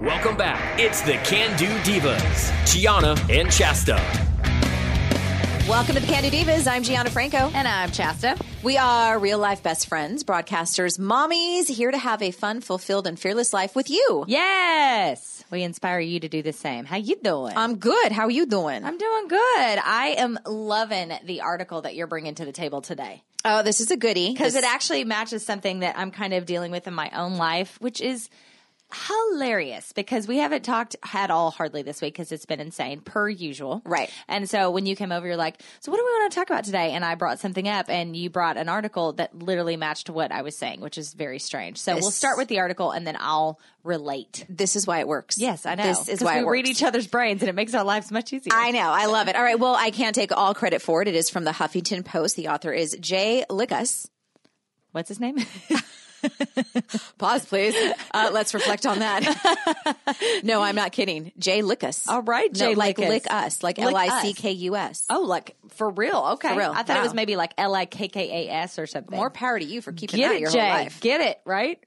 Welcome back. It's the Can Do Divas, Gianna and Shasta. Welcome to the Candy Divas. I'm Gianna Franco. And I'm Chasta. We are real life best friends, broadcasters, mommies, here to have a fun, fulfilled, and fearless life with you. Yes. We inspire you to do the same. How you doing? I'm good. How are you doing? I'm doing good. I am loving the article that you're bringing to the table today. oh, this is a goodie. Because it This- actually matches something that I'm kind of dealing with in my own life, which is hilarious because we haven't talked at all hardly this week because it's been insane per usual. Right. And so when you came over, you're like, so what do we want to talk about today? And I brought something up and you brought an article that literally matched what I was saying, which is very strange. So we'll This- start with the article and then I'll relate. this is why it works. Yes, I know. This is 'Cause why we it works. read each other's brains and it makes our lives much easier. I know. I love it. All right. Well, I can't take all credit for it. It is from the Huffington Post. The author is Jay Lickus. What's his name? Pause, please. Uh, let's reflect on that. no, I'm not kidding. Jay Lickus. All right, No, Jay like Lickus. lick us, like Lick us. L I C K U S. oh, like for real? Okay. For real. I thought it Wow. was maybe like L I K K A S or something. More power to you for keeping Get that it, your Jay. whole life. Get it, right?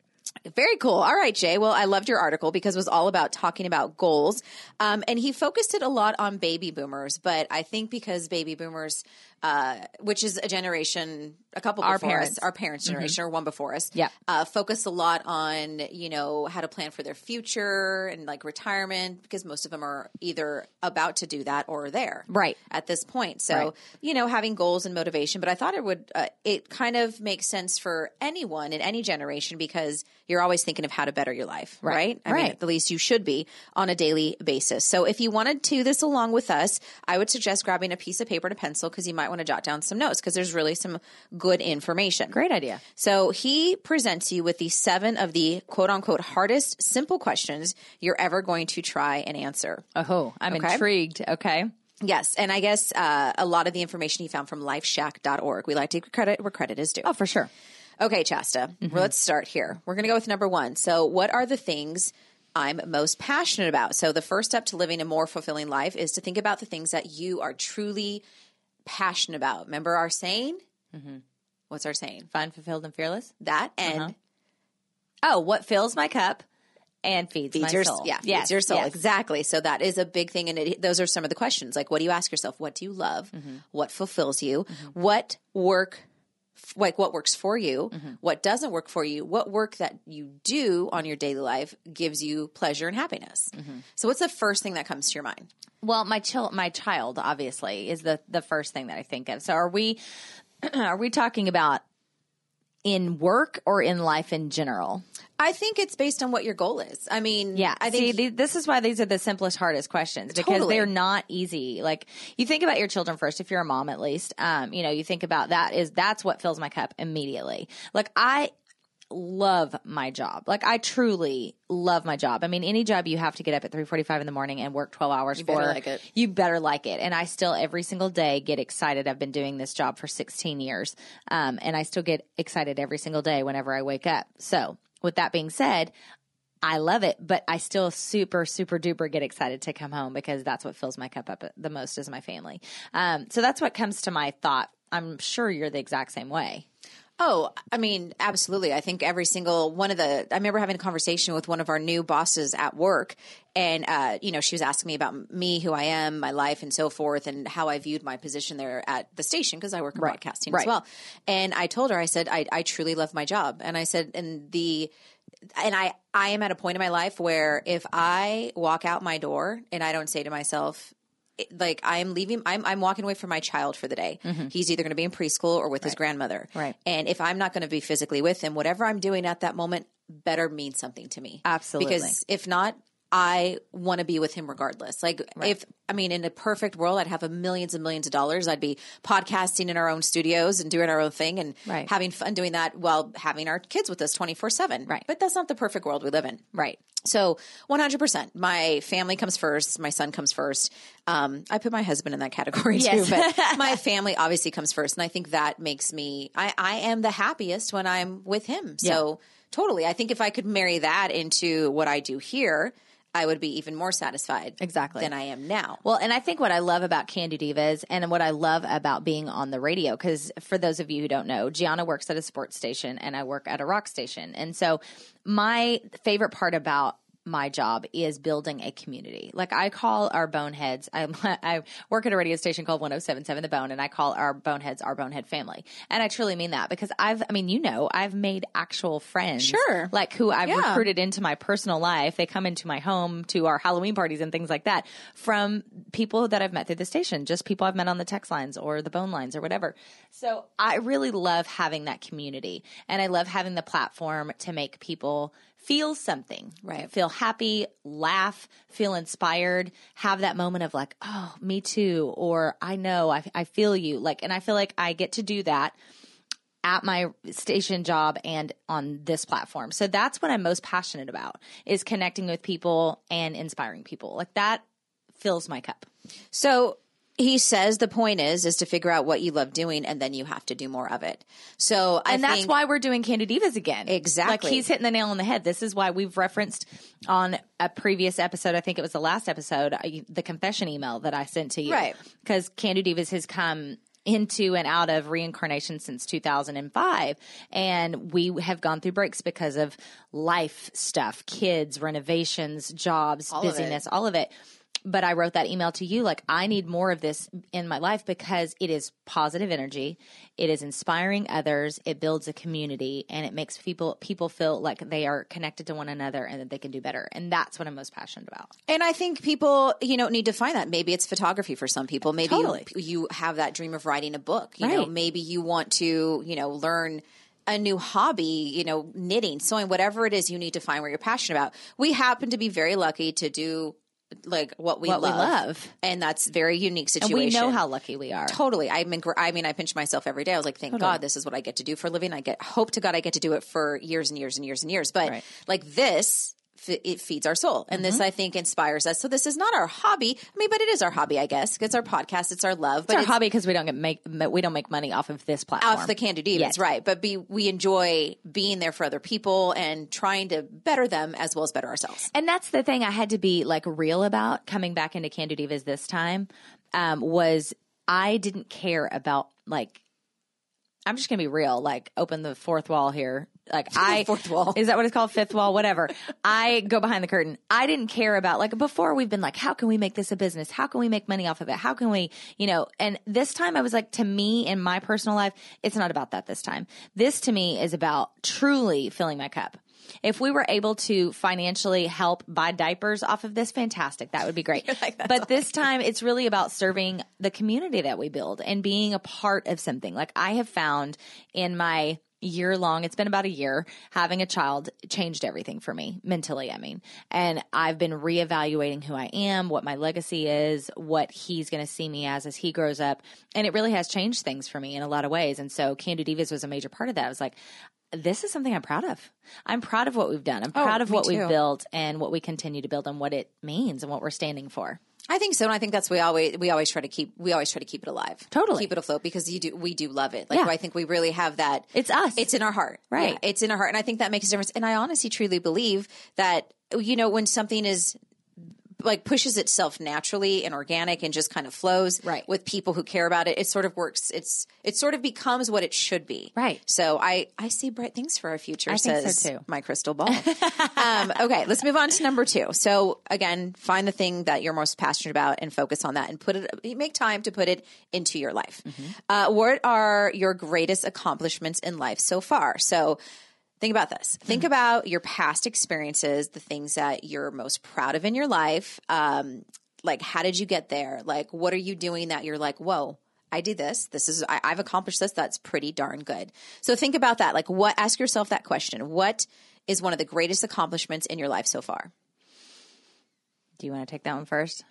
Very cool. All right, Jay. Well, I loved your article because it was all about talking about goals. Um, and he focused it a lot on baby boomers, but I think because baby boomers, uh, which is a generation, a couple Our before parents. Mm-hmm. us, our parents' generation or one before us, Yeah. uh, focused a lot on, you know, how to plan for their future and like retirement because most of them are either about to do that or there Right. at this point. So, Right. you know, having goals and motivation, but I thought it would, uh, it kind of makes sense for anyone in any generation because you're always thinking of how to better your life, right? I mean, Right. at the least you should be on a daily basis. So if you wanted to do this along with us, I would suggest grabbing a piece of paper and a pencil because you might want to jot down some notes because there's really some good information. Great idea. So he presents you with the seven of the quote unquote hardest simple questions you're ever going to try and answer. Oh, I'm intrigued. Okay. Yes, and I guess uh, a lot of the information he found from lifeshack.org. We like to give credit where credit is due. Oh, for Mm-hmm. sure. Okay, Chasta, well, let's start here. We're going to go with number one. So, what are the things I'm most passionate about? So, the first step to living a more fulfilling life is to think about the things that you are truly passionate about. Remember our saying? Mm-hmm. What's our saying? Fun, fulfilled, and fearless. That and Uh-huh. Oh, what fills my cup and feeds, my feeds your soul. yeah feeds Yes, your soul yes. exactly so that is a big thing and it, those are some of the questions like what do you ask yourself what do you love Mm-hmm. what fulfills you what work f- like what works for you Mm-hmm. what doesn't work for you what work that you do on your daily life gives you pleasure and happiness Mm-hmm. so what's the first thing that comes to your mind Well, my chil- my child obviously is the the first thing that I think of. So are we are we talking about in work or in life in general? i think it's based on what your goal is i mean Yeah, i think See, th- this is why these are the simplest, hardest questions because Totally. they're not easy. Like you think about your children first, if you're a mom at least. Um, you know, you think about that is that's what fills my cup immediately. Like I love my job. Like I truly love my job. I mean, any job you have to get up at three forty five in the morning and work twelve hours better for, like it. you better like it. And I still every single day get excited. I've been doing this job for sixteen years, um, and I still get excited every single day whenever I wake up. So, with that being said. I love it, but I still super, super duper get excited to come home because that's what fills my cup up the most is my family. Um, so that's what comes to my thought. I'm sure you're the exact same way. Oh, I mean, absolutely. I think every single one of the. I remember having a conversation with one of our new bosses at work, and uh, you know, she was asking me about me, who I am, my life, and so forth, and how I viewed my position there at the station because I work in broadcasting as right. well. And I told her, I said, I, I truly love my job, and I said, and the. And I, I am at a point in my life where if I walk out my door and I don't say to myself, it- like I'm leaving, I'm I'm walking away from my child for the day. He's either going to be in preschool or with his grandmother. Mm-hmm. Right. And if I'm not going to be physically with him, whatever I'm doing at that moment better mean something to me. Absolutely. Because if not, I want to be with him regardless. Like if I mean in a perfect world I'd have a millions and millions of dollars. I'd be podcasting in our own studios and doing our own thing and Right. having fun doing that while having our kids with us 24/7. Right. But that's not the perfect world we live in. Right. So 100%. My family comes first. My son comes first. Um, I put my husband in that category Yes. too, but my family obviously comes first. And I think that makes me, I, I am the happiest when I'm with him. So totally. I think if I could marry that into what I do here, I would be even more satisfied. Exactly. Than I am now. Well, and I think what I love about Candy Divas and what I love about being on the radio, because for those of you who don't know, Gianna works at a sports station and I work at a rock station. And so my favorite part about my job is building a community. Like I call our boneheads, I, I work at a radio station called 1077 The Bone and I call our boneheads our bonehead family. And I truly mean that because I've, I mean, you know, I've made actual friends. Sure. Like who I've Yeah. recruited into my personal life. They come into my home to our Halloween parties and things like that from people that I've met through the station, just people I've met on the text lines or the bone lines or whatever. So I really love having that community and I love having the platform to make people feel something Right. feel happy, laugh, feel inspired, have that moment of like, oh, me too, or I know, I, I feel you. Like, and I feel like I get to do that at my station job and on this platform. So that's what I'm most passionate about is connecting with people and inspiring people. Like that fills my cup. So he says the point is is to figure out what you love doing and then you have to do more of it. So I and that's think- why we're doing Candid Divas again. Exactly. Like he's hitting the nail on the head. This is why we've referenced on a previous episode, I think it was the last episode, I- the confession email that I sent to you. Right. Because Candid Divas has come into and out of reincarnation since 2005 and we have gone through breaks because of life stuff kids renovations jobs All of it. busyness all of it but I wrote that email to you like I need more of this in my life because it is positive energy, it is inspiring others, it builds a community and it makes people people feel like they are connected to one another and that they can do better. And that's what I'm most passionate about. And I think people, you know, need to find that. Maybe it's photography for some people. Maybe Totally. you, you have that dream of writing a book. You know, Right. maybe you want to, you know, learn a new hobby, you know, knitting, sewing, whatever it is you need to find what you're passionate about. We happen to be very lucky to do like what we, What we love, love. And that's a very unique situation. We know how lucky we are. Totally. I mean, I mean, I pinch myself every day. I was like, thank God this is what I get to do for a living. I get hope to God I get to do it for years and years and years and years. But Right. like this, f- it feeds our soul, and this I think inspires us. So this is not our hobby. I mean, but it is our hobby, I guess. It's our podcast. It's our love. But It's our hobby because we don't get make we don't make money off of this platform. off the can do demons, Yes. right? But be, we enjoy being there for other people and trying to better them as well as better ourselves. And that's the thing I had to be like real about coming back into Candid Divas this time um, was I didn't care about like I'm just gonna be real, like open the fourth wall here. Like I Fourth wall. is that what it's called? Fifth wall, whatever. I go behind the curtain. I didn't care about like before we've been like, how can we make this a business? How can we make money off of it? How can we, you know? And this time I was like, to me in my personal life, it's not about that this time. This to me is about truly filling my cup. If we were able to financially help buy diapers off of this, fantastic. That would be great. but this time, it's really about serving the community that we build and being a part of something. Like I have found in my year long, it's been about a year, having a child changed everything for me mentally, I mean. And I've been reevaluating who I am, what my legacy is, what he's going to see me as as he grows up. And it really has changed things for me in a lot of ways. And so Candid Divas was a major part of that. I was like, this is something I'm proud of. I'm proud of what we've done. I'm proud of Oh, me what too. we've built and what we continue to build and what it means and what we're standing for. I think so, and I think that's we always we always try to keep we always try to keep it alive, Totally. keep it afloat because you do we do love it. Like Yeah. I think we really have that. It's us. It's in our heart, Right. Yeah, it's in our heart, and I think that makes a difference. And I honestly, truly believe that you know when something is like pushes itself naturally and organic and just kind of flows Right. with people who care about it. It sort of works. It's it sort of becomes what it should be. Right. So I I see bright things for our future. I think so, says too. my crystal ball. um, okay, let's move on to number two. So again, find the thing that you're most passionate about and focus on that, and put it. Make time to put it into your life. Mm-hmm. Uh, what are your greatest accomplishments in life so far? So. Think about this. Think Mm-hmm. about your past experiences, the things that you're most proud of in your life. Um, like, how did you get there? Like, what are you doing that you're like, whoa, I did this. This is I, I've accomplished this. That's pretty darn good. So think about that. Like what ask yourself that question. What is one of the greatest accomplishments in your life so far? Do you want to take that one first?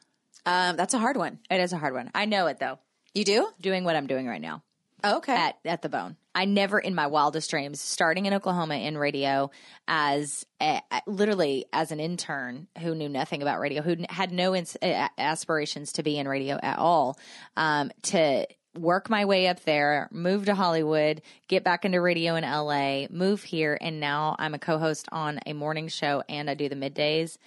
Um, that's a hard one. It is a hard one. I know it though. You do? Doing what I'm doing right now. Okay. at, at the bone. I never in my wildest dreams, starting in Oklahoma in radio as a, a- literally as an intern who knew nothing about radio, who n- had no ins- a- aspirations to be in radio at all, um, to work my way up there, move to Hollywood, get back into radio in LA, move here, and now I'm a co host on a morning show and I do the middays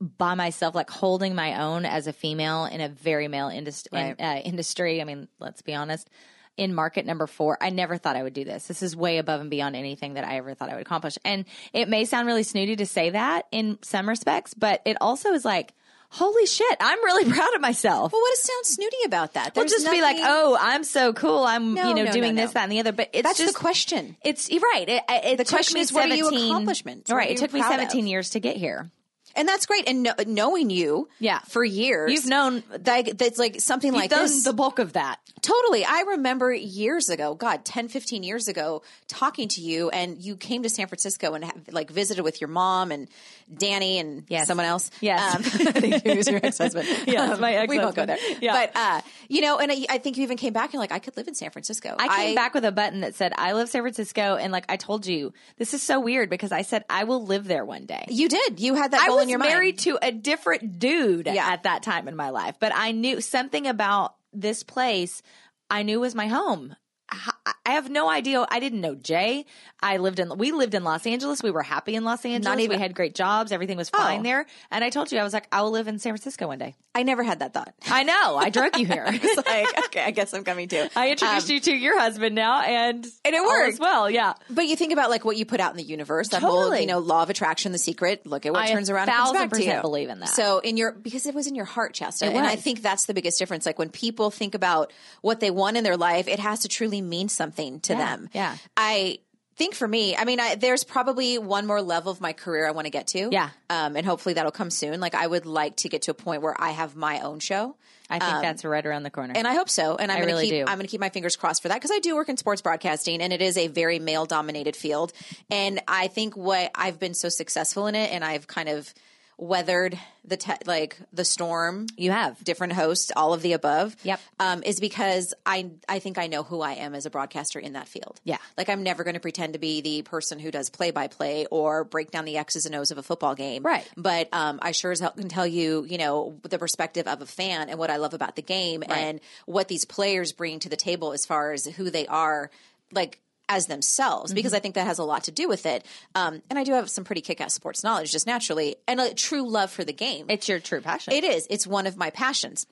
by myself, like holding my own as a female in a very male industry. uh, industry. I mean, let's be honest. in market number four. I never thought I would do this. This is way above and beyond anything that I ever thought I would accomplish. And it may sound really snooty to say that in some respects, but it also is like, holy shit, I'm really proud of myself. Well, what does sound snooty about that? We'll There's just be like, nothing- oh, I'm so cool. I'm, No, you know, no, doing no, this, no. that, and the other. But it's that's just the question. It's you're right. It, it took question me is, what are your 17 accomplishments? What Right. are It took you me proud of? 17 years to get here. And that's great. And kno- knowing you Yeah. for years, You've known- like, that's like something like Done this. the bulk of that. Totally. I remember years ago, God, 10, 15 years ago, talking to you and you came to San Francisco and have, like visited with your mom and Danny and Yes. someone else. Yes. Um, I think he was your ex-husband. Yes, my We won't go there. ex-husband. Yeah. But, uh, you know, and I, I think you even came back and you're like, I could live in San Francisco. I came back with a button that said, I love San Francisco. And like I told you, this is so weird because I said, I will live there one day. You did. You had that I goal was in your married mind. to a different dude Yeah. at that time in my life, but I knew something about this place I knew was my home. I I have no idea. I didn't know Jay. I lived in, we lived in Los Angeles. We were happy in Los Angeles. even- we had great jobs. Everything was fine Oh. there. And I told you, I was like, I will live in San Francisco one day. I never had that thought. I know. I drug you here. It's like, okay, I guess I'm coming too. I introduced you to your husband now Um, and, And it all is worked. well. Yeah. But you think about like what you put out in the universe, that whole Totally. you know law of attraction, the secret. Look at what I turns around, and comes thousand back to percent you. believe in that. So in your because it was in your heart, Chasta, It and I was. think that's the biggest difference. Like when people think about what they want in their life, it has to truly mean something to Yeah, them. yeah. I think for me, I mean, I, there's probably one more level of my career I want to get to. Yeah. um, and hopefully that'll come soon. Like I would like to get to a point where I have my own show. I think that's right around the corner. And I hope so. And I'm Um, I gonna really keep do. I'm gonna keep my fingers crossed for that because I do work in sports broadcasting and it is a very male dominated field. And I think what I've been so successful in it and I've kind of weathered the te- like the storm you have. different hosts all of the above Yep. um, is because i i think i know who i am as a broadcaster in that field Yeah. like i'm never going to pretend to be the person who does play by play or break down the x's and o's of a football game Right. but um, i sure as hell can tell you you know the perspective of a fan and what i love about the game and what these players bring to the table as far as who they are like as themselves Mm-hmm. because i think that has a lot to do with it um, and i do have some pretty kick-ass sports knowledge just naturally and a true love for the game It's your true passion. it is. It's one of my passions.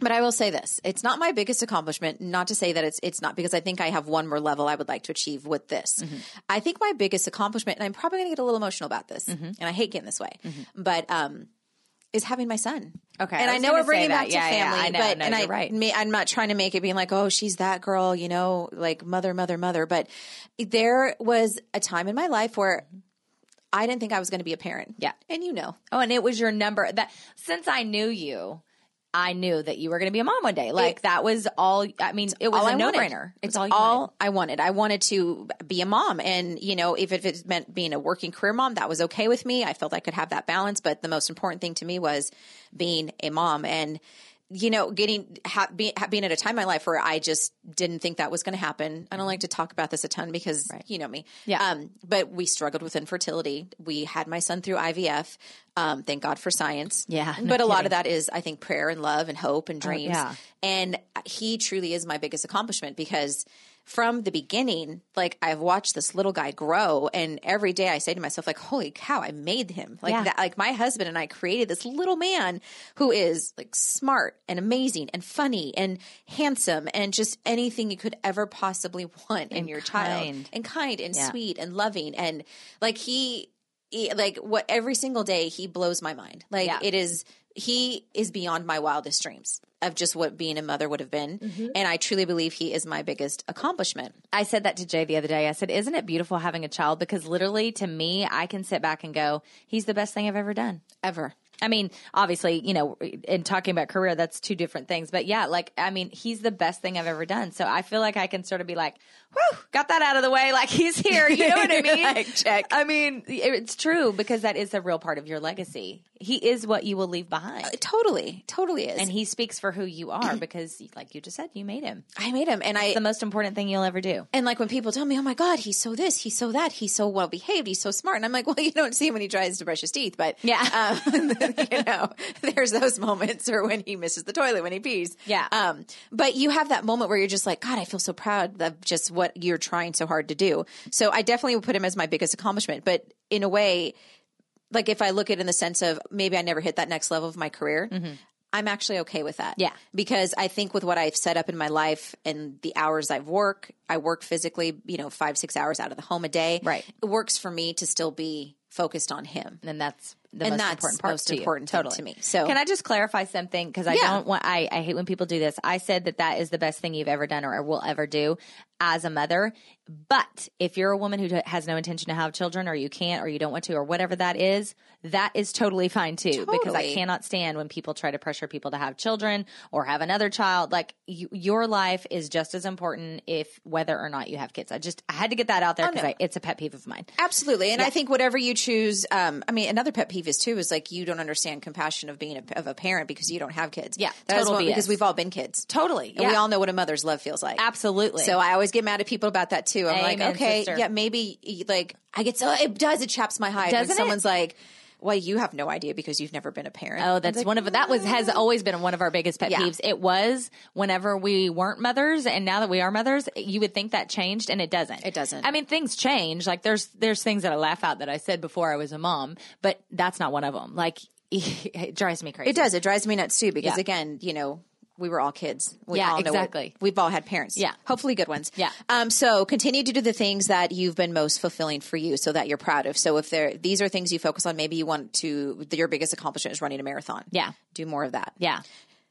But I will say this: it's not my biggest accomplishment. Not to say that it's it's not because I think I have one more level I would like to achieve with this. Mm-hmm. I think my biggest accomplishment, and I'm probably going to get a little emotional about this, Mm-hmm. and I hate getting this way, but um, is having my son. Okay, and I I, was know gonna we're bringing say that. back to Yeah, yeah, family, I know. but No, and I you're right. ma- I'm not trying to make it being like, oh, she's that girl, you know, like mother, mother, mother. But there was a time in my life where. I didn't think I was going to be a parent. Yeah. And you know. Oh, and it was your number that since I knew you, I knew that you were going to be a mom one day. Like It- that was all. I mean, it was all a I no wanted. brainer. It's all you wanted. I wanted. I wanted to be a mom, and you know, if it meant being a working career mom, that was okay with me. I felt I could have that balance, but the most important thing to me was being a mom, and you know, getting ha- be, ha- being at a time in my life where I just didn't think that was going to happen. I don't like to talk about this a ton because you know me. Mm-hmm. Yeah. Um, but we struggled with infertility. We had my son through IVF. Um, thank God for science. Yeah, But no a Oh, lot of that is, I think, prayer and love and hope and dreams. yeah. And he truly is my biggest accomplishment because from the beginning, like I've watched this little guy grow, and every day I say to myself, like, "Holy cow, I made him!" Like Yeah. that, like my husband and I created this little man who is like smart and amazing and funny and handsome and just anything you could ever possibly want in your kind. child, and kind and Yeah. sweet and loving, and like he, he- like what every single day he blows my mind. Like Yeah. it is he is beyond my wildest dreams of just what being a mother would have been. Mm-hmm. And I truly believe he is my biggest accomplishment. I said that to Jay the other day. I said, "Isn't it beautiful having a child?" Because literally, to me, I can sit back and go, "He's the best thing I've ever done." Ever. I mean, obviously, you know, in talking about career, that's two different things. But yeah, like, I mean, he's the best thing I've ever done. So I feel like I can sort of be like, whew, got that out of the way. Like, he's here. You know what I mean? Like, check. I mean, it's true because that is a real part of your legacy. He is what you will leave behind. Totally. Totally is. And he speaks for who you are because, like you just said, you made him. I made him. And I The most important thing you'll ever do. and like when people tell me, "Oh my God, he's so this, he's so that, he's so well behaved, he's so smart," and I'm like, "Well, you don't see him when he tries to brush his teeth, but Yeah. um, you know, there's those moments, or when he misses the toilet when he pees, Yeah. Um, but you have that moment where you're just like, "God, I feel so proud of just what you're trying so hard to do." So I definitely would put him as my biggest accomplishment, but in a way, like if I look at it in the sense of maybe I never hit that next level of my career. I'm actually okay with that. Mm-hmm. Yeah. Because I think with what I've set up in my life and the hours I've work, I work physically, you know, five, six hours out of the home a day. Right. It works for me to still be focused on him. And that's the and most that's important part most to you. important thing totally. to me. So- can I just clarify something? Because I Yeah. don't want, I, I hate when people do this. I said that that is the best thing you've ever done or will ever do as a mother. But if you're a woman who has no intention to have children or you can't or you don't want to or whatever that is, that is totally fine too. Because I Totally. cannot stand when people try to pressure people to have children or have another child. Like you, your life is just as important if whether or not you have kids. I just, I had to get that out there Oh, because no. it's a pet peeve of mine. Absolutely. And I think whatever you choose, um, I mean, another pet peeve is too, is like you don't understand compassion of being a, of a parent because you don't have kids. Yeah, That is total what- BS. because we've all been kids. Totally. And we all know what a mother's love feels like. Absolutely. So I always get mad at people about that too. I'm Amen, like, okay, sister. yeah, maybe like I get so it does it chaps my hide Doesn't when it? someone's like, well, you have no idea because you've never been a parent. Oh, that's one of that was has always been one of our biggest pet Yeah. peeves. It was whenever we weren't mothers, and now that we are mothers, you would think that changed, and it doesn't. It doesn't. I mean, things change. Like there's there's things that I laugh out that I said before I was a mom, but that's not one of them. Like it drives me crazy. It does. It drives me nuts too because Yeah. again, you know, we were all kids. We Yeah, all know what- exactly. we've all had parents. Yeah. Hopefully good ones. Yeah. Um, so continue to do the things that you've been most fulfilling for you so that you're proud of. So if there, these are things you focus on, maybe you want to, your biggest accomplishment is running a marathon. Yeah. Do more of that. Yeah.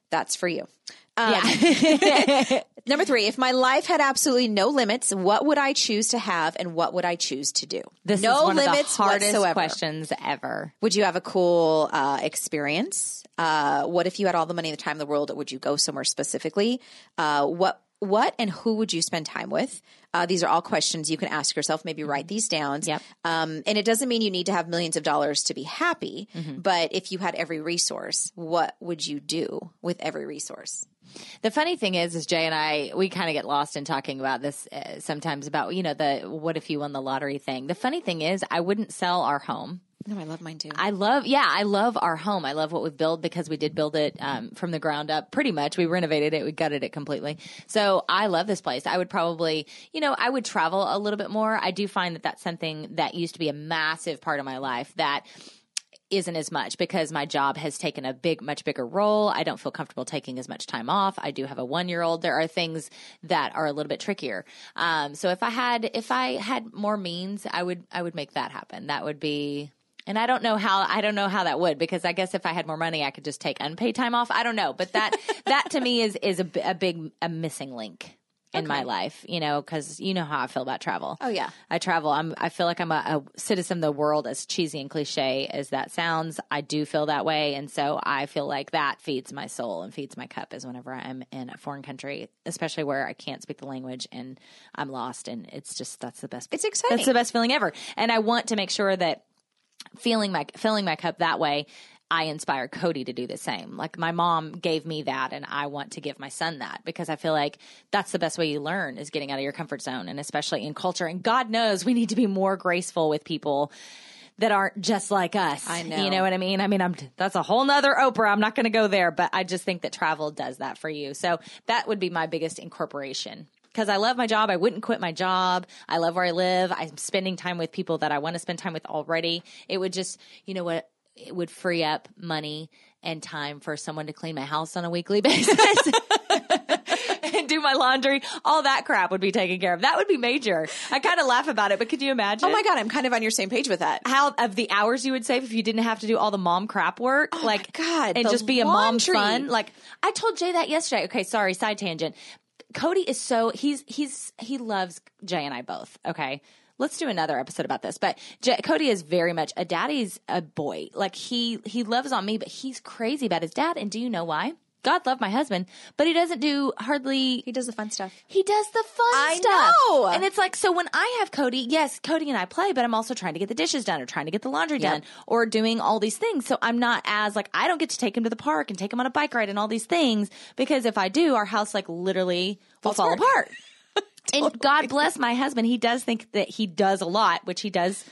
That's for you. Um, yeah. Number three, if my life had absolutely no limits, what would I choose to have and what would I choose to do? This no is one limits of the hardest whatsoever. questions ever. Would you have a cool uh, experience? Uh, what if you had all the money and the time in the world? Would you go somewhere specifically? Uh, what what and who would you spend time with? Uh, these are all questions you can ask yourself. Maybe write these down. Yep. Um, and it doesn't mean you need to have millions of dollars to be happy, but if you had every resource, what would you do with every resource? The funny thing is, is Jay and I, we kind of get lost in talking about this uh, sometimes about, you know, the what if you won the lottery thing. The funny thing is, I wouldn't sell our home. No, I love mine too. I love, yeah, I love our home. I love what we've built because we did build it um, from the ground up pretty much. We renovated it, we gutted it completely. So I love this place. I would probably, you know, I would travel a little bit more. I do find that that's something that used to be a massive part of my life that isn't as much because my job has taken a big much bigger role i don't feel comfortable taking as much time off i do have a one year old there are things that are a little bit trickier um, so if i had if i had more means i would i would make that happen that would be and i don't know how i don't know how that would because i guess if i had more money i could just take unpaid time off i don't know but that that to me is is a, b- a big a missing link in my life you know because you know how i feel about travel Oh, yeah. I travel. I'm, I feel like I'm a, a citizen of the world, as cheesy and cliche as that sounds. I do feel that way. And so I feel like that feeds my soul and feeds my cup is whenever I'm in a foreign country, especially where I can't speak the language and I'm lost. And it's just, that's the best. It's exciting. That's the best feeling ever. And I want to make sure that feeling my filling my cup that way i inspire cody to do the same like my mom gave me that and i want to give my son that because i feel like that's the best way you learn is getting out of your comfort zone and especially in culture and god knows we need to be more graceful with people that aren't just like us I know. you know what i mean i mean i'm that's a whole nother oprah i'm not going to go there but i just think that travel does that for you so that would be my biggest incorporation because I love my job. I wouldn't quit my job. I love where I live. I'm spending time with people that I want to spend time with already. It would just, you know what, it would free up money and time for someone to clean my house on a weekly basis. And do my laundry, all that crap would be taken care of. That would be major. I kind of laugh about it, but could you imagine? Oh my god, I'm kind of on your same page with that. How of the hours you would save if you didn't have to do all the mom crap work, like God, and the just be a laundry. mom fun. Like I told Jay that yesterday. Okay, sorry, side tangent. Cody is so he's he's he loves Jay and I both. Okay. Let's do another episode about this. But J- Cody is very much a daddy's a boy. Like he he loves on me, but he's crazy about his dad. And do you know why? God love my husband, but he doesn't do hardly He does the fun stuff. he does the fun I stuff. know. And it's like, so when I have Cody, yes, Cody and I play, but I'm also trying to get the dishes done or trying to get the laundry done or doing all these things. So I'm not as like, I don't get to take him to the park and take him on a bike ride and all these things because if I do, our house like literally will fall apart. apart. And God bless my husband. He does think that he does a lot, which he does.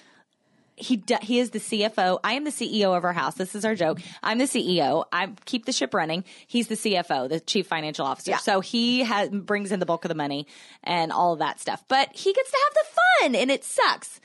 He do, he is the CFO. I am the CEO of our house. This is our joke. I'm the CEO. I keep the ship running. He's the CFO, the chief financial officer. So he has, brings in the bulk of the money and all of that stuff. But he gets to have the fun, and it sucks.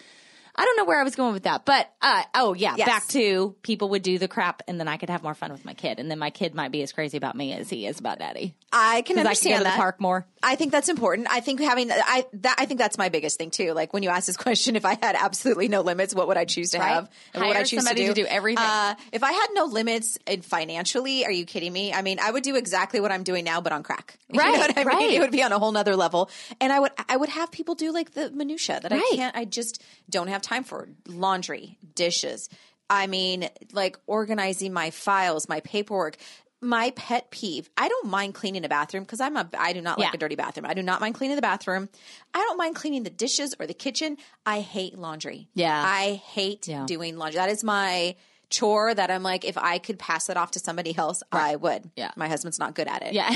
I don't know where I was going with that, but uh, oh yeah, Yes. back to people would do the crap, and then I could have more fun with my kid, and then my kid might be as crazy about me as he is about daddy. I can 'Cause I could go understand to the that. park more. I think that's important. I think having I that I think that's my biggest thing too. Like when you ask this question, if I had absolutely no limits, what would I choose to Right. have? And what would I Hire choose somebody to do everything. Uh, if I had no limits in financially, are you kidding me? I mean, I would do exactly what I'm doing now, but on crack. You know Right, what I mean? right. It would be on a whole nother level, and I would I would have people do like the minutia that Right. I can't. I just don't have time for laundry, dishes. I mean, like organizing my files, my paperwork. My pet peeve. I don't mind cleaning a bathroom because I'm a. I do not like Yeah. a dirty bathroom. I do not mind cleaning the bathroom. I don't mind cleaning the dishes or the kitchen. I hate laundry. Yeah. I hate doing laundry. That is my chore that I'm like, if I could pass it off to somebody else, I would. Yeah. My husband's not good at it. Yeah.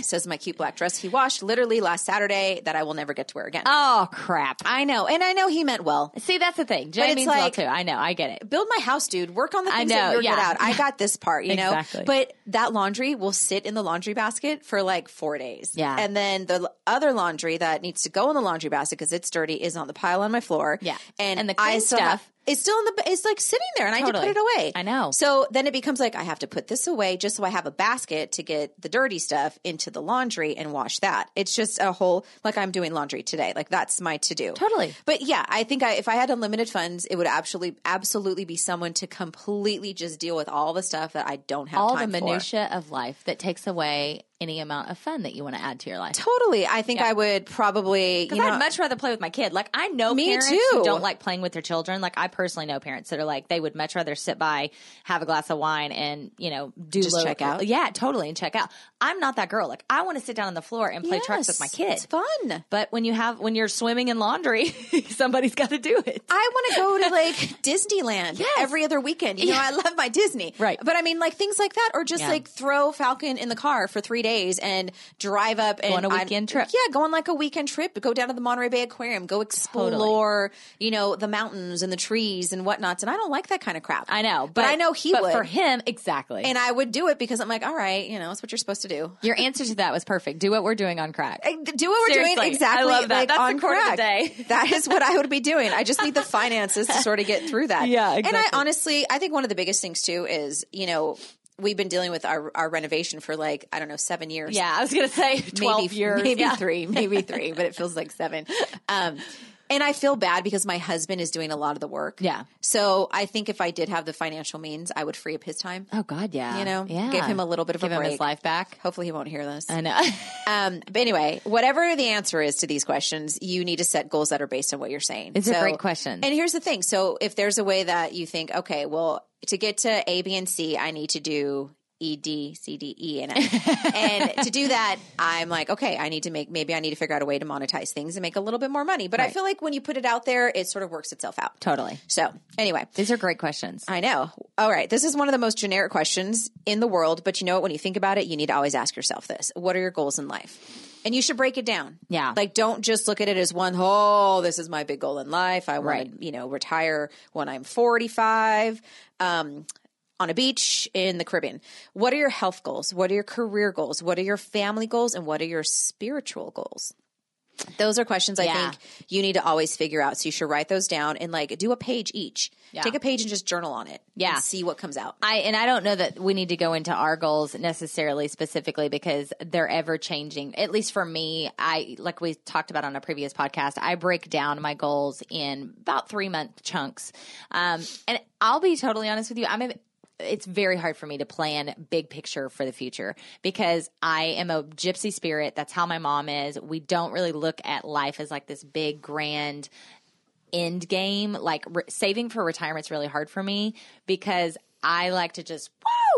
Says my cute black dress he washed literally last Saturday that I will never get to wear again. oh crap. I know. And I know he meant well. See, that's the thing. Jay it's means well like- too. I know. I get it. Build my house, dude. Work on the I things that know, you're good yeah. at. I got this part, you know? Exactly. But that laundry will sit in the laundry basket for like four days. Yeah. And then the l- other laundry that needs to go in the laundry basket because it's dirty is on the pile on my floor. Yeah. And, And the I clean still have- stuff- it's still in the, it's like sitting there and I Totally. need to put it away. I know. So then it becomes like, I have to put this away just so I have a basket to get the dirty stuff into the laundry and wash that. It's just a whole, like I'm doing laundry today. Like that's my to do. Totally. But yeah, I think I, if I had unlimited funds, it would absolutely, absolutely be someone to completely just deal with all the stuff that I don't have All the time for. minutia of life that takes away any amount of fun that you want to add to your life. Totally, I think I would probably. You Because know, I'd much rather play with my kid. Like I know Me parents too. who don't like playing with their children. Like I personally know parents that are like they would much rather sit by, have a glass of wine, and you know do Just low- check out? Yeah, totally, and check out. I'm not that girl. Like I want to sit down on the floor and play trucks with my Yes, kid. It's fun. But when you have when you're swimming in laundry, somebody's got to do it. I want to go to like Disneyland every other weekend. You know, I love my Disney. Right. But I mean, like things like that, or just Yeah. like throw Falcon in the car for three days and drive up and on a I'm- weekend trip. Yeah, go on like a weekend trip. Go down to the Monterey Bay Aquarium. Go explore, you know, the mountains and the trees and whatnots. And I don't like that kind of crap. I know, But, I know he but would. for him exactly. and I would do it because I'm like, all right, you know, it's what you're supposed to do. your answer to that was perfect. Do what we're doing on crack. Do what we're Seriously, doing exactly. I love that. Like, That's the on quote of crack. the day. that is what I would be doing. I just need the finances to sort of get through that. Yeah, And I exactly. honestly, I think one of the biggest things too is you know we've been dealing with our our renovation for like I don't know seven years. Yeah, I was gonna say twelve maybe, years, maybe yeah. three, maybe three, but it feels like seven. Um, and I feel bad because my husband is doing a lot of the work. Yeah. So I think if I did have the financial means, I would free up his time. Oh God, yeah. You know, yeah. give him a little bit of give a him break. his life back. Hopefully, he won't hear this. I know. Um, but anyway, whatever the answer is to these questions, you need to set goals that are based on what you're saying. It's a great question. And here's the thing. So if there's a way that you think, okay, well, to get to A, B, and C, I need to do E, D, C, D, E, and F. and to do that, I'm like, okay, I need to make, maybe I need to figure out a way to monetize things and make a little bit more money. But I Right. feel like when you put it out there, it sort of works itself out. Totally. So anyway, These are great questions. I know. All right. This is one of the most generic questions in the world, but you know what? When you think about it, you need to always ask yourself this What are your goals in life? And you should break it down. Yeah. Like, don't just look at it as one, oh, this is my big goal in life. I want Right. to, you know, retire when I'm 45. Um, on a beach in the Caribbean. What are your health goals? What are your career goals? What are your family goals? And what are your spiritual goals? Those are questions I Yeah. think you need to always figure out. So you should write those down and like do a page each. Take a page and just journal on it. Yeah. And see what comes out. I and I don't know that we need to go into our goals necessarily specifically because they're ever changing. At least for me, I like we talked about on a previous podcast, I break down my goals in about three month chunks. Um, and I'll be totally honest with you, I'm. A, it's very hard for me to plan big picture for the future because I am a gypsy spirit. That's how my mom is. We don't really look at life as like this big grand end game. Like re- saving for retirement's really hard for me because I like to just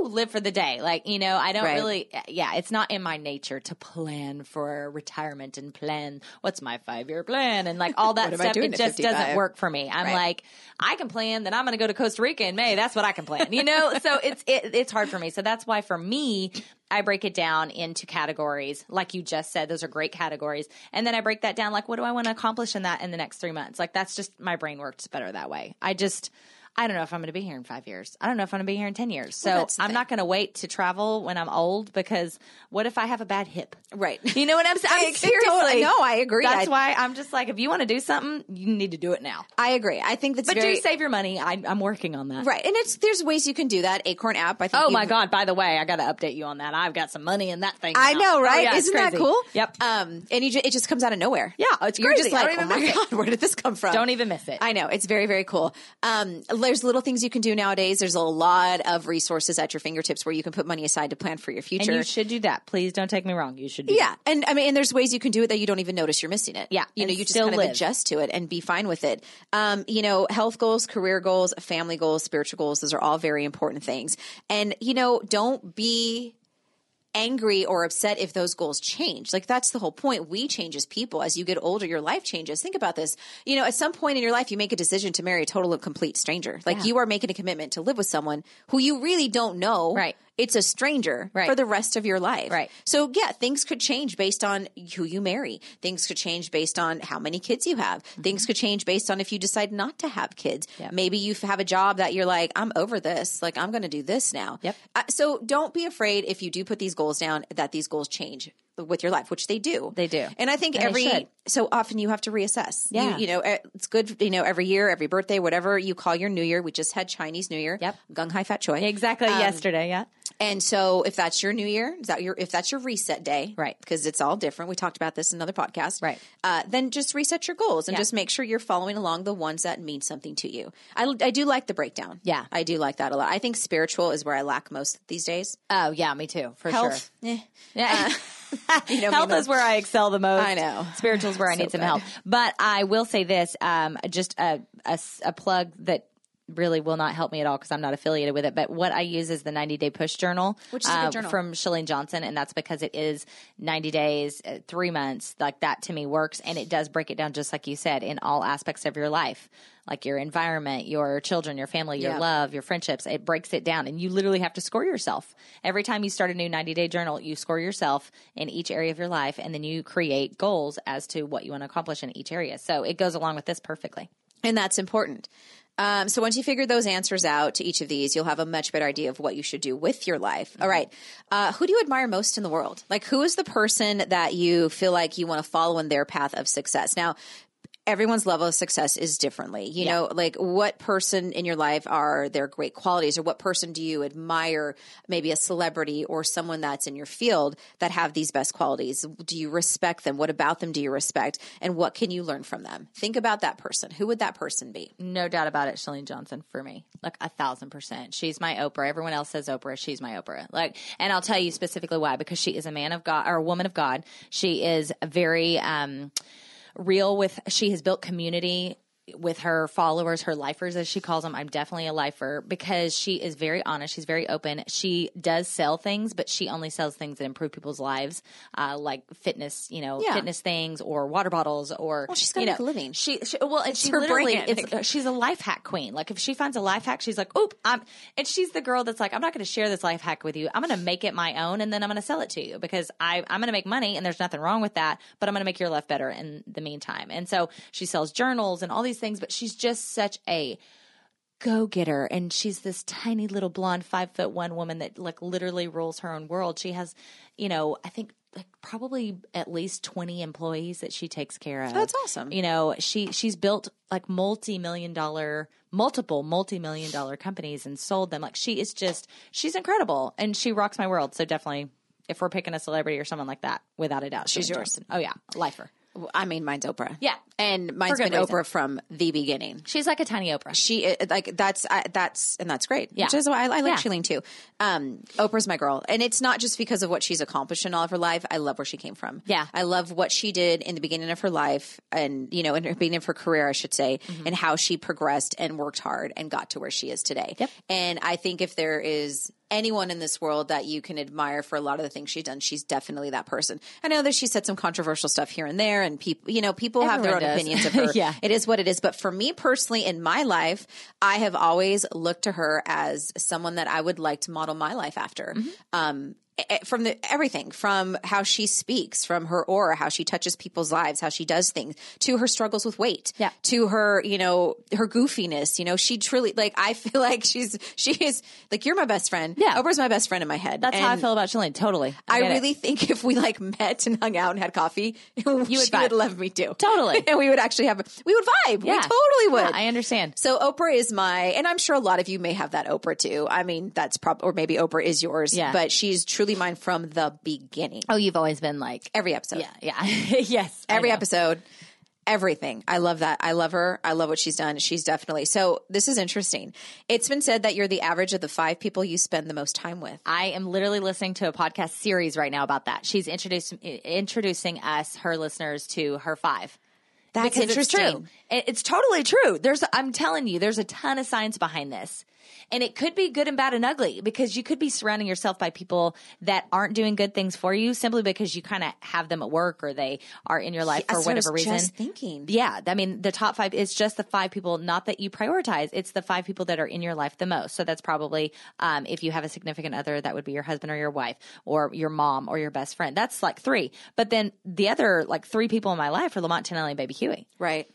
woo live for the day. Like you know, I don't Right. really. eh, Yeah, it's not in my nature to plan for retirement and plan what's my five year plan and like all that am I stuff. doing It at just 55? doesn't work for me. I'm like, I can plan that I'm going to go to Costa Rica in May. That's what I can plan. You know, so it's it, it's hard for me. So that's why for me. I break it down into categories, like you just said. Those are great categories, and then I break that down. Like, what do I want to accomplish in that in the next three months? Like, that's just my brain works better that way. I just I don't know if I'm going to be here in five years. I don't know if I'm going to be here in 10 years. So that's the I'm thing. not going to wait to travel when I'm old because what if I have a bad hip? Right. You know what I'm saying? I'm Totally. seriously. No, I agree. That's I, why I'm just like, if you want to do something, you need to do it now. I agree. I think that's But very do save your money. I, I'm working on that. right. And it's there's ways you can do that. Acorn app. I think. Oh you- my God! By the way, I got to update you on that. I've got some money in that thing. I now. know, Oh, right? yeah, it's Isn't that crazy. cool? Yep. Um, and you ju- it just comes out of nowhere. Yeah, it's You're just crazy. I like, oh don't my even miss god, where did this come from? Don't even miss it. I know it's very very cool. Um, there's little things you can do nowadays. There's a lot of resources at your fingertips where you can put money aside to plan for your and future. you should do that. Please don't take me wrong. You should. Do yeah, and I mean, and there's ways you can do it that you don't even notice you're missing it. Mm-hmm. Yeah, you know, and you just still kind of live. adjust to it and be fine with it. Um, you know, health goals, career goals, family goals, spiritual goals. Those are all very important things. And you know, don't be angry or upset if those goals change. Like that's the whole point. We change as people. As you get older, your life changes. Think about this. You know, at some point in your life, you make a decision to marry a total and complete stranger. Like you are making a commitment to live with someone who you really don't know. Right. It's a stranger Right. for the rest of your life. Right. So yeah, things could change based on who you marry. Things could change based on how many kids you have. Things could change based on if you decide not to have kids. Mm-hmm. Yep. Maybe you f- have a job that you're like, I'm over this. Like I'm going to do this now. Yep. Uh, so don't be afraid if you do put these goals down that these goals change with your life, which they do. They do. And I think And they every should. so often you have to reassess. You- Yeah. You, know, eh, it's good. You know, every year, every birthday, whatever you call your New Year. We just had Chinese New Year. Yep. Gung Hai Fat Choi. Exactly. yesterday. Yeah. And so if that's your new year, is that your if that's your reset day, Right. Because it's all different. We talked about this in another podcast. Right. Uh, then just reset your goals and Yeah. just make sure you're following along the ones that mean something to you. I, I do like the breakdown. Yeah. I do like that a lot. I think spiritual is where I lack most these days. Oh yeah, me too. For sure. Health. eh. Yeah. Uh, You know, health me, is where I excel the most. I know. Spiritual's where I need some good. help. But I will say this um, just a, a s- a plug that really will not help me at all because I'm not affiliated with it. But what I use is the 90 day push journal, um, Which is a good journal. from Shalene Johnson. And that's because it is 90 days, uh, three months. Like that to me works. And it does break it down, just like you said, in all aspects of your life. Like your environment, your children, your family, your Yeah. love, your friendships, it breaks it down. And you literally have to score yourself. Every time you start a new 90 day journal, you score yourself in each area of your life. And then you create goals as to what you want to accomplish in each area. So it goes along with this perfectly. And that's important. Um, so once you figure those answers out to each of these, you'll have a much better idea of what you should do with your life. All right. Uh, who do you admire most in the world? Like, who is the person that you feel like you want to follow in their path of success? Now, everyone's level of success is differently. You know, like what person in your life are their great qualities or what person do you admire, maybe a celebrity or someone that's in your field that have these best qualities? Do you respect them? What about them do you respect? And what can you learn from them? Think about that person. Who would that person be? No doubt about it, Shalene Johnson for me. Like a thousand percent. She's my Oprah. Everyone else says Oprah. She's my Oprah. Like, and I'll tell you specifically why, because she is a man of God or a woman of God. She is very, um, real with, she has built community with her followers, her lifers, as she calls them. I'm definitely a lifer because she is very honest. She's very open. She does sell things, but she only sells things that improve people's lives, uh, like fitness, you know, Yeah. fitness things or water bottles or, well, she's gotta you know, make a living. She, she well, and she her literally, brand. it's, uh, she's a life hack queen. Like if she finds a life hack, she's like, "Oop, I'm." And she's the girl that's like, "I'm not going to share this life hack with you. I'm going to make it my own, and then I'm going to sell it to you because I I'm going to make money, and there's nothing wrong with that. But I'm going to make your life better in the meantime." And so she sells journals and all these things, but she's just such a go getter. And she's this tiny little blonde, five foot one woman that like literally rules her own world. She has, you know, I think like probably at least 20 employees that she takes care of. That's awesome. You know, she, she's built like multi-million dollar, multiple multi-million dollar companies and sold them. Like she is just, she's incredible and she rocks my world. So definitely if we're picking a celebrity or someone like that, without a doubt, she's yours. Oh yeah. Lifer. Well, I mean, mine's Oprah. Yeah. and mine's For been good reason. Oprah from the beginning. She's like a tiny Oprah. She uh, like that's I, that's and that's great. Yeah. which is why I, I like Yeah. Shailene too. Um, Oprah's my girl, and it's not just because of what she's accomplished in all of her life. I love where she came from. Yeah. I love what she did in the beginning of her life, and you know, in the beginning of her career, I should say, Mm-hmm. and how she progressed and worked hard and got to where she is today. Yep. And I think if there is anyone in this world that you can admire for a lot of the things she's done, she's definitely that person. I know that she said some controversial stuff here and there, and people, you know, people have their own Everyone does. opinions of her. Yeah. It is what it is. But for me personally, in my life, I Mm-hmm. have always looked to her as someone that I would like to model my life after. Um, eh, from the everything from how she speaks from her aura how she touches people's lives how she does things to her struggles with weight Yeah. to her you know her goofiness you know she truly like i feel like she's she is like you're my best friend Yeah. oprah's my best friend in my head That's how I And feel about Shalane. Totally. I get it. really think if we like met and hung out and had coffee, you would, she vibe. would love me too. Totally. and we would actually have, we would vibe. We Yeah. totally would. Yeah, I understand. So Oprah is my, and I'm sure a lot of you may have that Oprah too. I mean, that's probably, or maybe Oprah is yours, Yeah. but she's truly mine from the beginning. Oh, you've always been like Every episode. Yeah, yeah. yes. I Every know. episode. Everything. I love that. I love her. I love what she's done. She's definitely. So this is interesting. It's been said that you're the average of the five people you spend the most time with. I am literally listening to a podcast series right now about that. She's introduced, introducing us, her listeners, to her five. That's Because interesting. It's, true. It- it's totally true. There's, I'm telling you, there's a ton of science behind this. And it could be good and bad and ugly because you could be surrounding yourself by people that aren't doing good things for you simply because you kind of have them at work or they are in your life That's for what I was whatever reason. just thinking. Yeah, I mean, the top five is just the five people, not that you prioritize. It's the five people that are in your life the most. So that's probably um, if you have a significant other, that would be your husband or your wife or your mom or your best friend. That's like three. But then the other like three people in my life are Lamont Tonelli and Baby Huey. Right.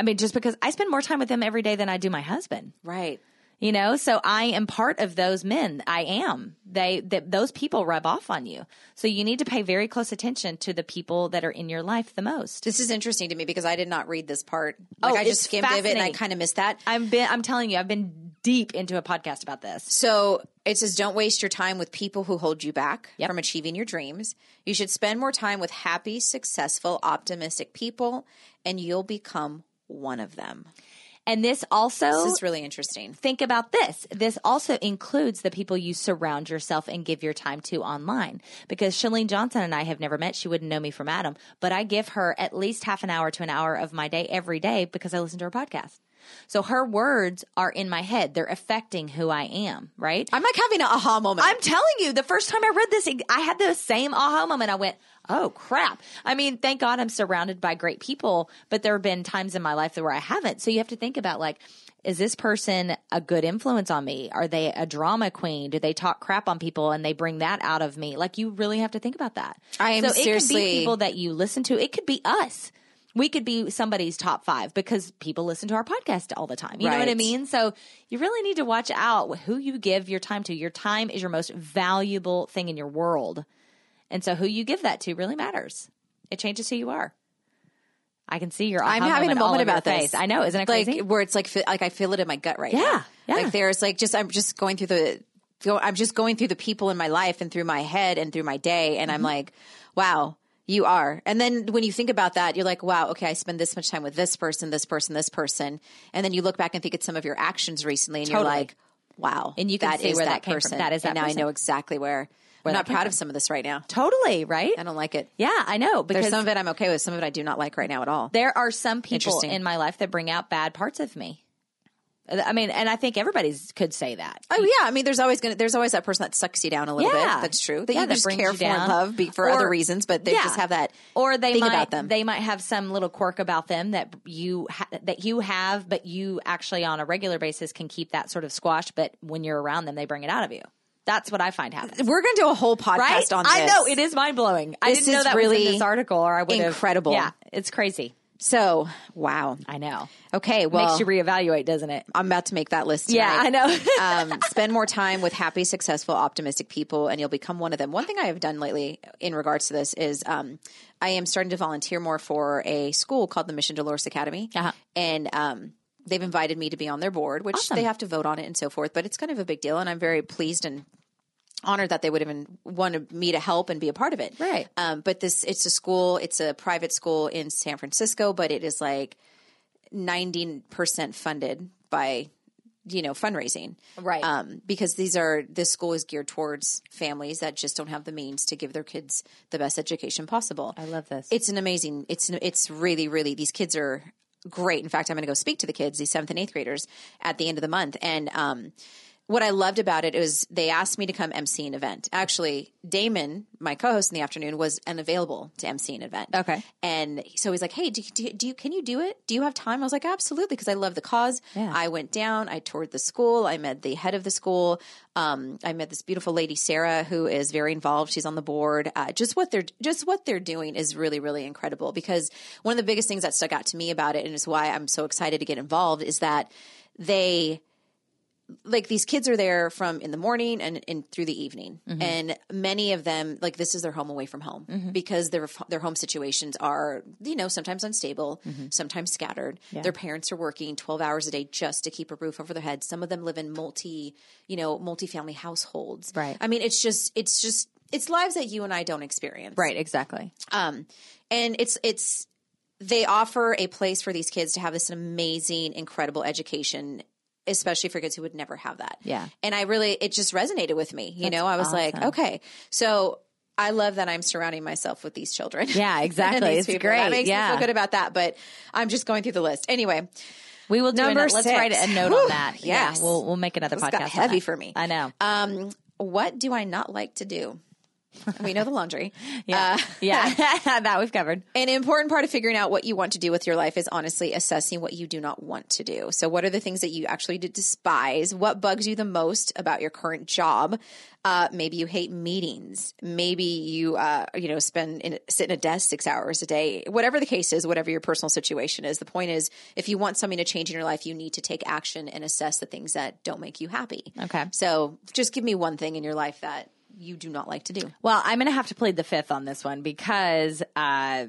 I mean, just because I spend more time with them every day than I do my husband. Right. You know, so I am part of those men. I am. They that those people rub off on you. So you need to pay very close attention to the people that are in your life the most. This is interesting to me because I did not read this part. Like Oh, I just it's skimmed of it and I fascinating. kind of missed that. I've been I'm telling you, I've been deep into a podcast about this. So it says, don't waste your time with people who hold you back Yep. from achieving your dreams. You should spend more time with happy, successful, optimistic people, and you'll become one of them. And this also This is really interesting. think about this. This also includes the people you surround yourself and give your time to online. Because Shalene Johnson and I have never met. She wouldn't know me from Adam, but I give her at least half an hour to an hour of my day every day because I listen to her podcast. So her words are in my head. They're affecting who I am, right? I'm like having an aha moment. I'm telling you, the first time I read this, I had the same aha moment. I went, oh crap. I mean, thank God I'm surrounded by great people, but there have been times in my life where I haven't. So you have to think about like, is this person a good influence on me? Are they a drama queen? Do they talk crap on people and they bring that out of me? Like you really have to think about that. I am so it could seriously- be people that you listen to. It could be us. We could be somebody's top five because people listen to our podcast all the time. You know what I Right. mean? So you really need to watch out who you give your time to. Your time is your most valuable thing in your world. And so who you give that to really matters. It changes who you are. I can see your. aha I'm having a all moment over your about this. face. I know, isn't it like crazy? where it's like fe- like I feel it in my gut right Yeah, now. yeah. Like there's like just I'm just going through the go I'm just going through the people in my life and through my head and through my day and Mm-hmm. I'm like, wow, you are. And then when you think about that, you're like, wow, okay, I spend this much time with this person, this person, this person, and then you look back and think at some of your actions recently and Totally. you're like, wow, And you can that see is where that that came from. person. That is that and now person. I know exactly where. I'm that not came proud from. of some of this right now. totally right. I don't like it. Yeah, I know. Because There's some of it I'm okay with, some of it I do not like right now at all. there are some people Interesting. in my life that bring out bad parts of me. I mean, and I think everybody could say that. Oh yeah, I mean, there's always gonna there's always that person that sucks you down a little Yeah. bit. That's true. That Yeah, you that just brings care you for and down. love be for Or- other reasons, but they Yeah. just have that or they thing might about them. they might have some little quirk about them that you ha- that you have but you actually on a regular basis can keep that sort of squash but when you're around them they bring it out of you that's what i find happens We're gonna do a whole podcast right on this. i know it is mind-blowing i This didn't know is that was in really this article or i would incredible. yeah it's crazy So wow. i know Okay, well, makes you reevaluate doesn't it I'm about to make that list. yeah i tonight. know um, spend more time with happy, successful, optimistic people, and you'll become one of them. One thing I have done lately in regards to this is um, I am starting to volunteer more for a school called the Mission Dolores Academy, Uh-huh. and um, they've invited me to be on their board, which they have to vote on it and so forth. But it's kind of a big deal, and I'm very pleased and honored that they would even wanted me to help and be a part of it. Right. Um, but this, it's a school. It's a private school in San Francisco, but it is like 90% funded by you know fundraising Right. um, because these are this school is geared towards families that just don't have the means to give their kids the best education possible i love this it's an amazing it's an- it's really really these kids are great in fact i'm going to go speak to the kids these seventh and eighth graders at the end of the month and um what I loved about it is they asked me to come MC an event. Actually, Damon, my co-host in the afternoon, was unavailable to MC an event. Okay. and so he's like, "Hey, do, do, do you can you do it? Do you have time?" I was like, "Absolutely," because I love the cause. Yeah. I went down. I toured the school. I met the head of the school. Um, I met this beautiful lady, Sarah, who is very involved. She's on the board. Uh, just what they're just what they're doing is really really incredible. Because one of the biggest things that stuck out to me about it, and is why I'm so excited to get involved, is that they like these kids are there from in the morning and, and through the evening Mm-hmm. and many of them like this is their home away from home because their their home situations are you know sometimes unstable Mm-hmm. sometimes scattered their parents are working 12 hours a day just to keep a roof over their head some of them live in multi you know multi-family households Right. i mean it's just it's just it's lives that you and i don't experience Right, exactly. um, and it's it's they offer a place for these kids to have this amazing, incredible education, especially for kids who would never have that. Yeah. And I really it just resonated with me. You know, I was like, awesome. okay, so. I love that I'm surrounding myself with these children. Yeah, and exactly. these It's people. great. That makes Yeah. me feel good about that. But I'm just going through the list anyway. We will do Number a note. Let's six. write a note Whew, on that. yes. Yeah, we'll we'll make another This podcast. got on heavy that. for me. I know. Um, what do I not like to do? We know the laundry. yeah, yeah. that we've covered. An important part of figuring out what you want to do with your life is honestly assessing what you do not want to do. So, what are the things that you actually d- despise? What bugs you the most about your current job? Uh, maybe you hate meetings. Maybe you, uh, you know, spend in, sit in a desk six hours a day. Whatever the case is, whatever your personal situation is, the point is, if you want something to change in your life, you need to take action and assess the things that don't make you happy. Okay. So, just give me one thing in your life that you do not like to do. Well, I'm going to have to plead the fifth on this one because uh,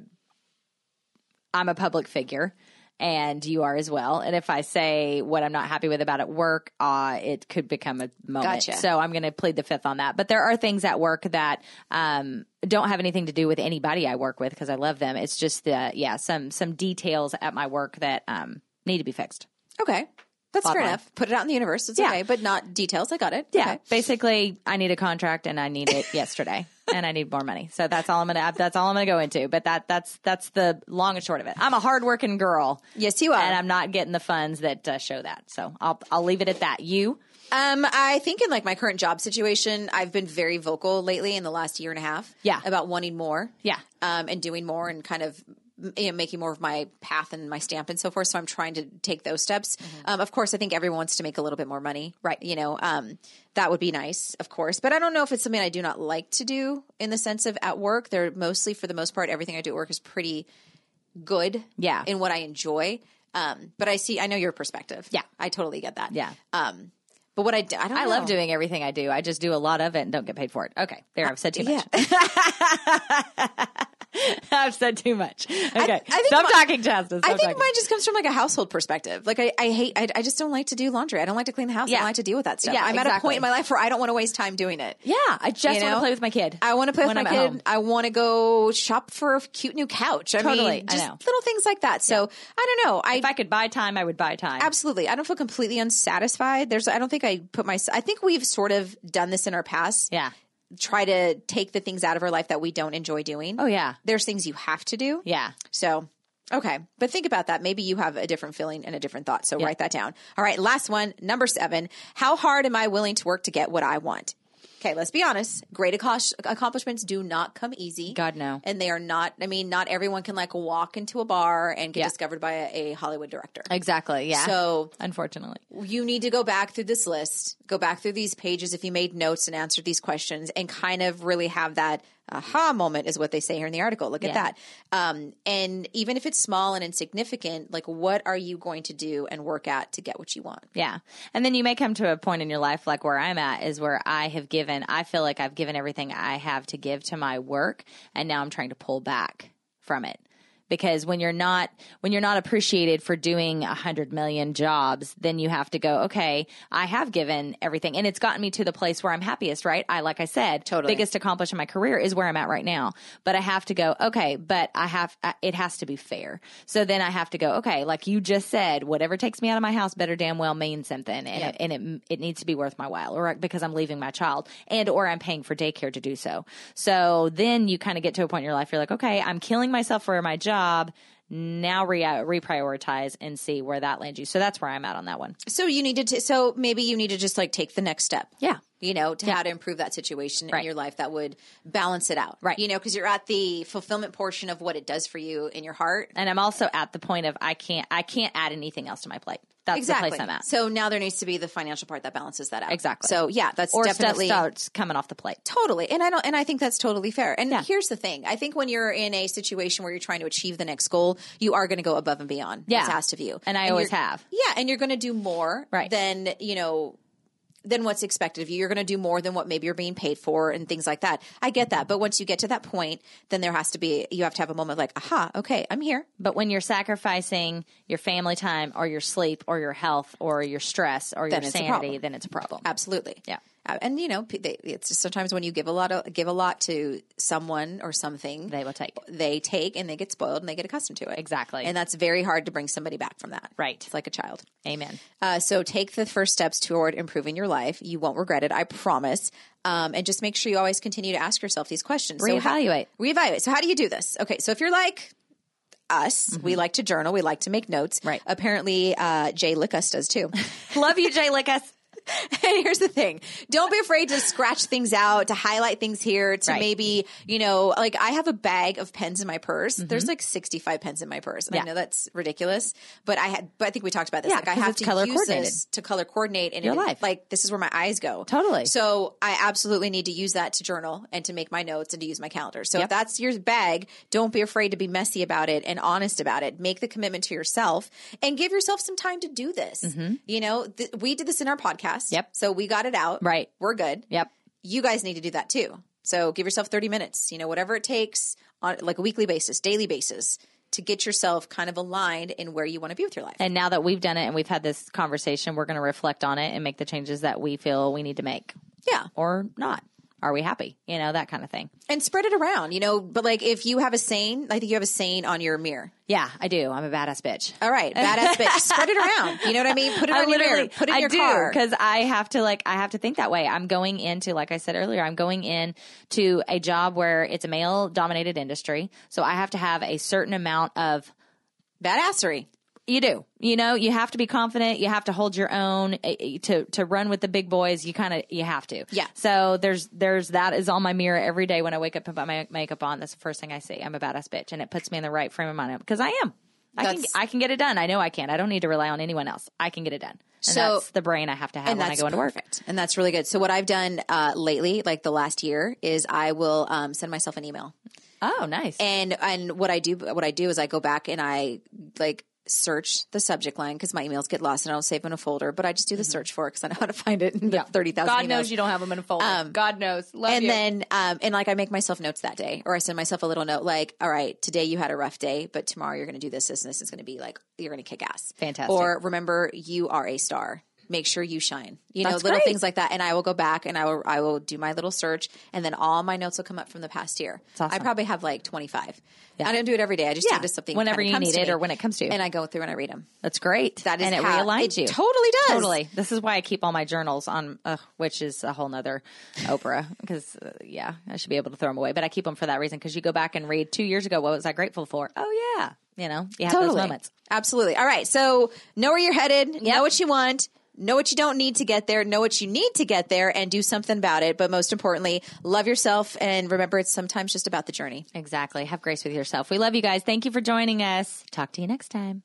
I'm a public figure and you are as well. And if I say what I'm not happy with about at work, uh, it could become a moment. Gotcha. So I'm going to plead the fifth on that. But there are things at work that um, don't have anything to do with anybody I work with because I love them. It's just the, yeah, some, some details at my work that um, need to be fixed. Okay. That's Bottom fair line. enough. Put it out in the universe. It's Yeah. okay, but not details. I got it. Yeah, Okay. basically, I need a contract and I need it yesterday, and I need more money. So that's all I'm gonna. That's all I'm gonna go into. But that that's that's the long and short of it. I'm a hardworking girl, Yes, you are. and I'm not getting the funds that uh, show that. So I'll I'll leave it at that. You Um, I think in like my current job situation, I've been very vocal lately in the last year and a half. Yeah. About wanting more. Yeah. Um, and doing more and kind of m- you know, making more of my path and my stamp and so forth. So I'm trying to take those steps. Mm-hmm. Um, of course, I think everyone wants to make a little bit more money, right? You know, um, that would be nice, of course. But I don't know if it's something I do not like to do in the sense of at work. They're mostly, for the most part, everything I do at work is pretty good Yeah. in what I enjoy. Um, but I see, I know your perspective. Yeah. I totally get that. Yeah. Oh. Um, but what I do, I don't Uh, I know. love doing everything I do. I just do a lot of it and don't get paid for it. Okay, there. I've said too much. I've said too much. Okay, think stop my- talking, Justice. I think mine just comes from like a household perspective. Like I, I hate, I, I just don't like to do laundry. I don't like to clean the house. I Yeah. don't like to deal with that stuff. Yeah, I'm at a exactly. point in my life where I don't want to waste time doing it. yeah, I just You want know? to play with my kid. I want to play with when my I'm at kid. home. I want to go shop for a cute new couch. I Totally. mean, I just know. little things like that. So I don't know. I, If I could buy time, I would buy time. absolutely i don't feel completely unsatisfied there's i don't think i put my i think we've sort of done this in our past Yeah. try to take the things out of our life that we don't enjoy doing Oh yeah. there's things you have to do Yeah. so okay but think about that maybe you have a different feeling and a different thought so write that down all right last one number seven how hard am i willing to work to get what i want okay let's be honest great accosh- accomplishments do not come easy God, no. and they are not i mean not everyone can like walk into a bar and get discovered by a, a hollywood director Exactly. Yeah. so unfortunately, you need to go back through this list, go back through these pages if you made notes and answered these questions, and kind of really have that aha moment, is what they say here in the article. Look at Yeah. that. Um, and even if it's small and insignificant, like what are you going to do and work at to get what you want? yeah. And then you may come to a point in your life, like where I'm at, is where I have given. I feel like I've given everything I have to give to my work, and now I'm trying to pull back from it because when you're not when you're not appreciated for doing a hundred million jobs, then you have to go. Okay, I have given everything, and it's gotten me to the place where I'm happiest. Right? I like I said, Totally. biggest accomplishment in my career is where I'm at right now. But I have to go. Okay, but I have I- it has to be fair. So then I have to go. Okay, like you just said, whatever takes me out of my house better damn well mean something, and Yeah. it, and it it needs to be worth my while, or because I'm leaving my child, and or I'm paying for daycare to do so. So then you kind of get to a point in your life you're like, okay, I'm killing myself for my job. now re- uh, reprioritize and see where that lands you. So that's where I'm at on that one. So you needed to. So maybe you need to just like take the next step. Yeah. You know, to how to improve that situation Right. in your life that would balance it out. Right. You know, because you're at the fulfillment portion of what it does for you in your heart. And I'm also at the point of I can't I can't add anything else to my plate. That's the Exactly. place I'm at. So now there needs to be the financial part that balances that out. Exactly. So yeah, that's or definitely stuff starts coming off the plate. totally and i don't and i think that's totally fair and here's the thing i think when you're in a situation where you're trying to achieve the next goal you are going to go above and beyond Yeah. what's asked of you And I always you're- have. yeah and you're going to do more Right. than you know than what's expected of you you're going to do more than what maybe you're being paid for and things like that i get that but once you get to that point then there has to be you have to have a moment like aha okay i'm here But when you're sacrificing your family time or your sleep or your health or your stress or Then your it's a sanity, problem. then it's a problem. Absolutely. Yeah. Uh, and you know, p- they, it's just sometimes when you give a lot of, give a lot to someone or something, They will take. They take and they get spoiled and they get accustomed to it. Exactly. And that's very hard to bring somebody back from that. Right. It's like a child. Amen. Uh, so take the first steps toward improving your life. You won't regret it, I promise. Um, and just make sure you always continue to ask yourself these questions. So how- Reevaluate. reevaluate. So how do you do this? Okay, so if you're like us, we like to journal, we like to make notes. Mm-hmm. Right. Apparently, uh, Jay Lickus does too. Love you, Jay Lickus. And here's the thing. Don't be afraid to scratch things out, to highlight things here, to Right. maybe, you know, like I have a bag of pens in my purse. There's like 65 pens in my purse. And Mm-hmm. Yeah. I know that's ridiculous, but I had, but I think we talked about this. Yeah, like I 'cause have it's to color use coordinated. this to color coordinate and Your it- life. Like this is where my eyes go. Totally. So I absolutely need to use that to journal and to make my notes and to use my calendar. So Yep. if that's your bag, don't be afraid to be messy about it and honest about it. Make the commitment to yourself and give yourself some time to do this. You know, th- we did this in our podcast. Mm-hmm. Yep. So we got it out. Right. We're good. Yep. You guys need to do that too. So give yourself 30 minutes, you know, whatever it takes on like a weekly basis, daily basis to get yourself kind of aligned in where you want to be with your life. And now that we've done it and we've had this conversation, we're going to reflect on it and make the changes that we feel we need to make yeah. or not. Are we happy? You know, that kind of thing. And spread it around, you know, but like if you have a saying, I think you have a saying on your mirror. Yeah, I do. I'm a badass bitch. All right, badass bitch. Spread it around. You know what I mean? Put it I on your mirror. literally Put it in I your do car. because I have to like I have to think that way. I'm going into like I said earlier, I'm going in to a job where it's a male dominated industry, so I have to have a certain amount of Badassery. you do. You know, you have to be confident. You have to hold your own eh, eh, to to run with the big boys. You kind of you have to. Yeah. So there's there's that is on my mirror every day when I wake up and put my makeup on. That's the first thing I see. I'm a badass bitch, and it puts me in the right frame of mind because I am. I can That's- I can get it done. I know I can. I don't need to rely on anyone else. I can get it done. And So- that's the brain I have to have when I go into work. perfect. And that's really good. So what I've done uh, lately, like the last year, is I will um, send myself an email. Oh, nice. And and what I do what I do is I go back and I like search the subject line because my emails get lost and I don't save in a folder, but I just do Mm-hmm. the search for it because I know how to find it in the thirty thousand. God knows you don't have them in a folder. God knows. Oh, Love Um, and you. then um, and like I make myself notes that day, or I send myself a little note like, "All right, today you had a rough day, but tomorrow you're going to do this, this, and this is going to be like you're going to kick ass." Fantastic. Or remember, you are a star. Make sure you shine. You That's know, little great. things like that. And I will go back and I will I will do my little search, and then all my notes will come up from the past year. awesome. I probably have like 25. I don't do it every day. I just do it as something Whenever kinda you comes need to it me. or when it comes to you. and I go through and I read them. that's great. That is and it how, it realigns you. Totally does. Totally. This is why I keep all my journals on, uh, which is a whole nother Oprah. Because uh, yeah, I should be able to throw them away, but I keep them for that reason. Because you go back and read two years ago, what was I grateful for? Oh yeah, you know, you have those moments. Absolutely. All right. So know where you're headed, know what you want, know what you don't need to get there, know what you need to get there, and do something about it. But most importantly, love yourself and remember it's sometimes just about the journey. Exactly. Have grace with yourself. We love you guys. Thank you for joining us. Talk to you next time.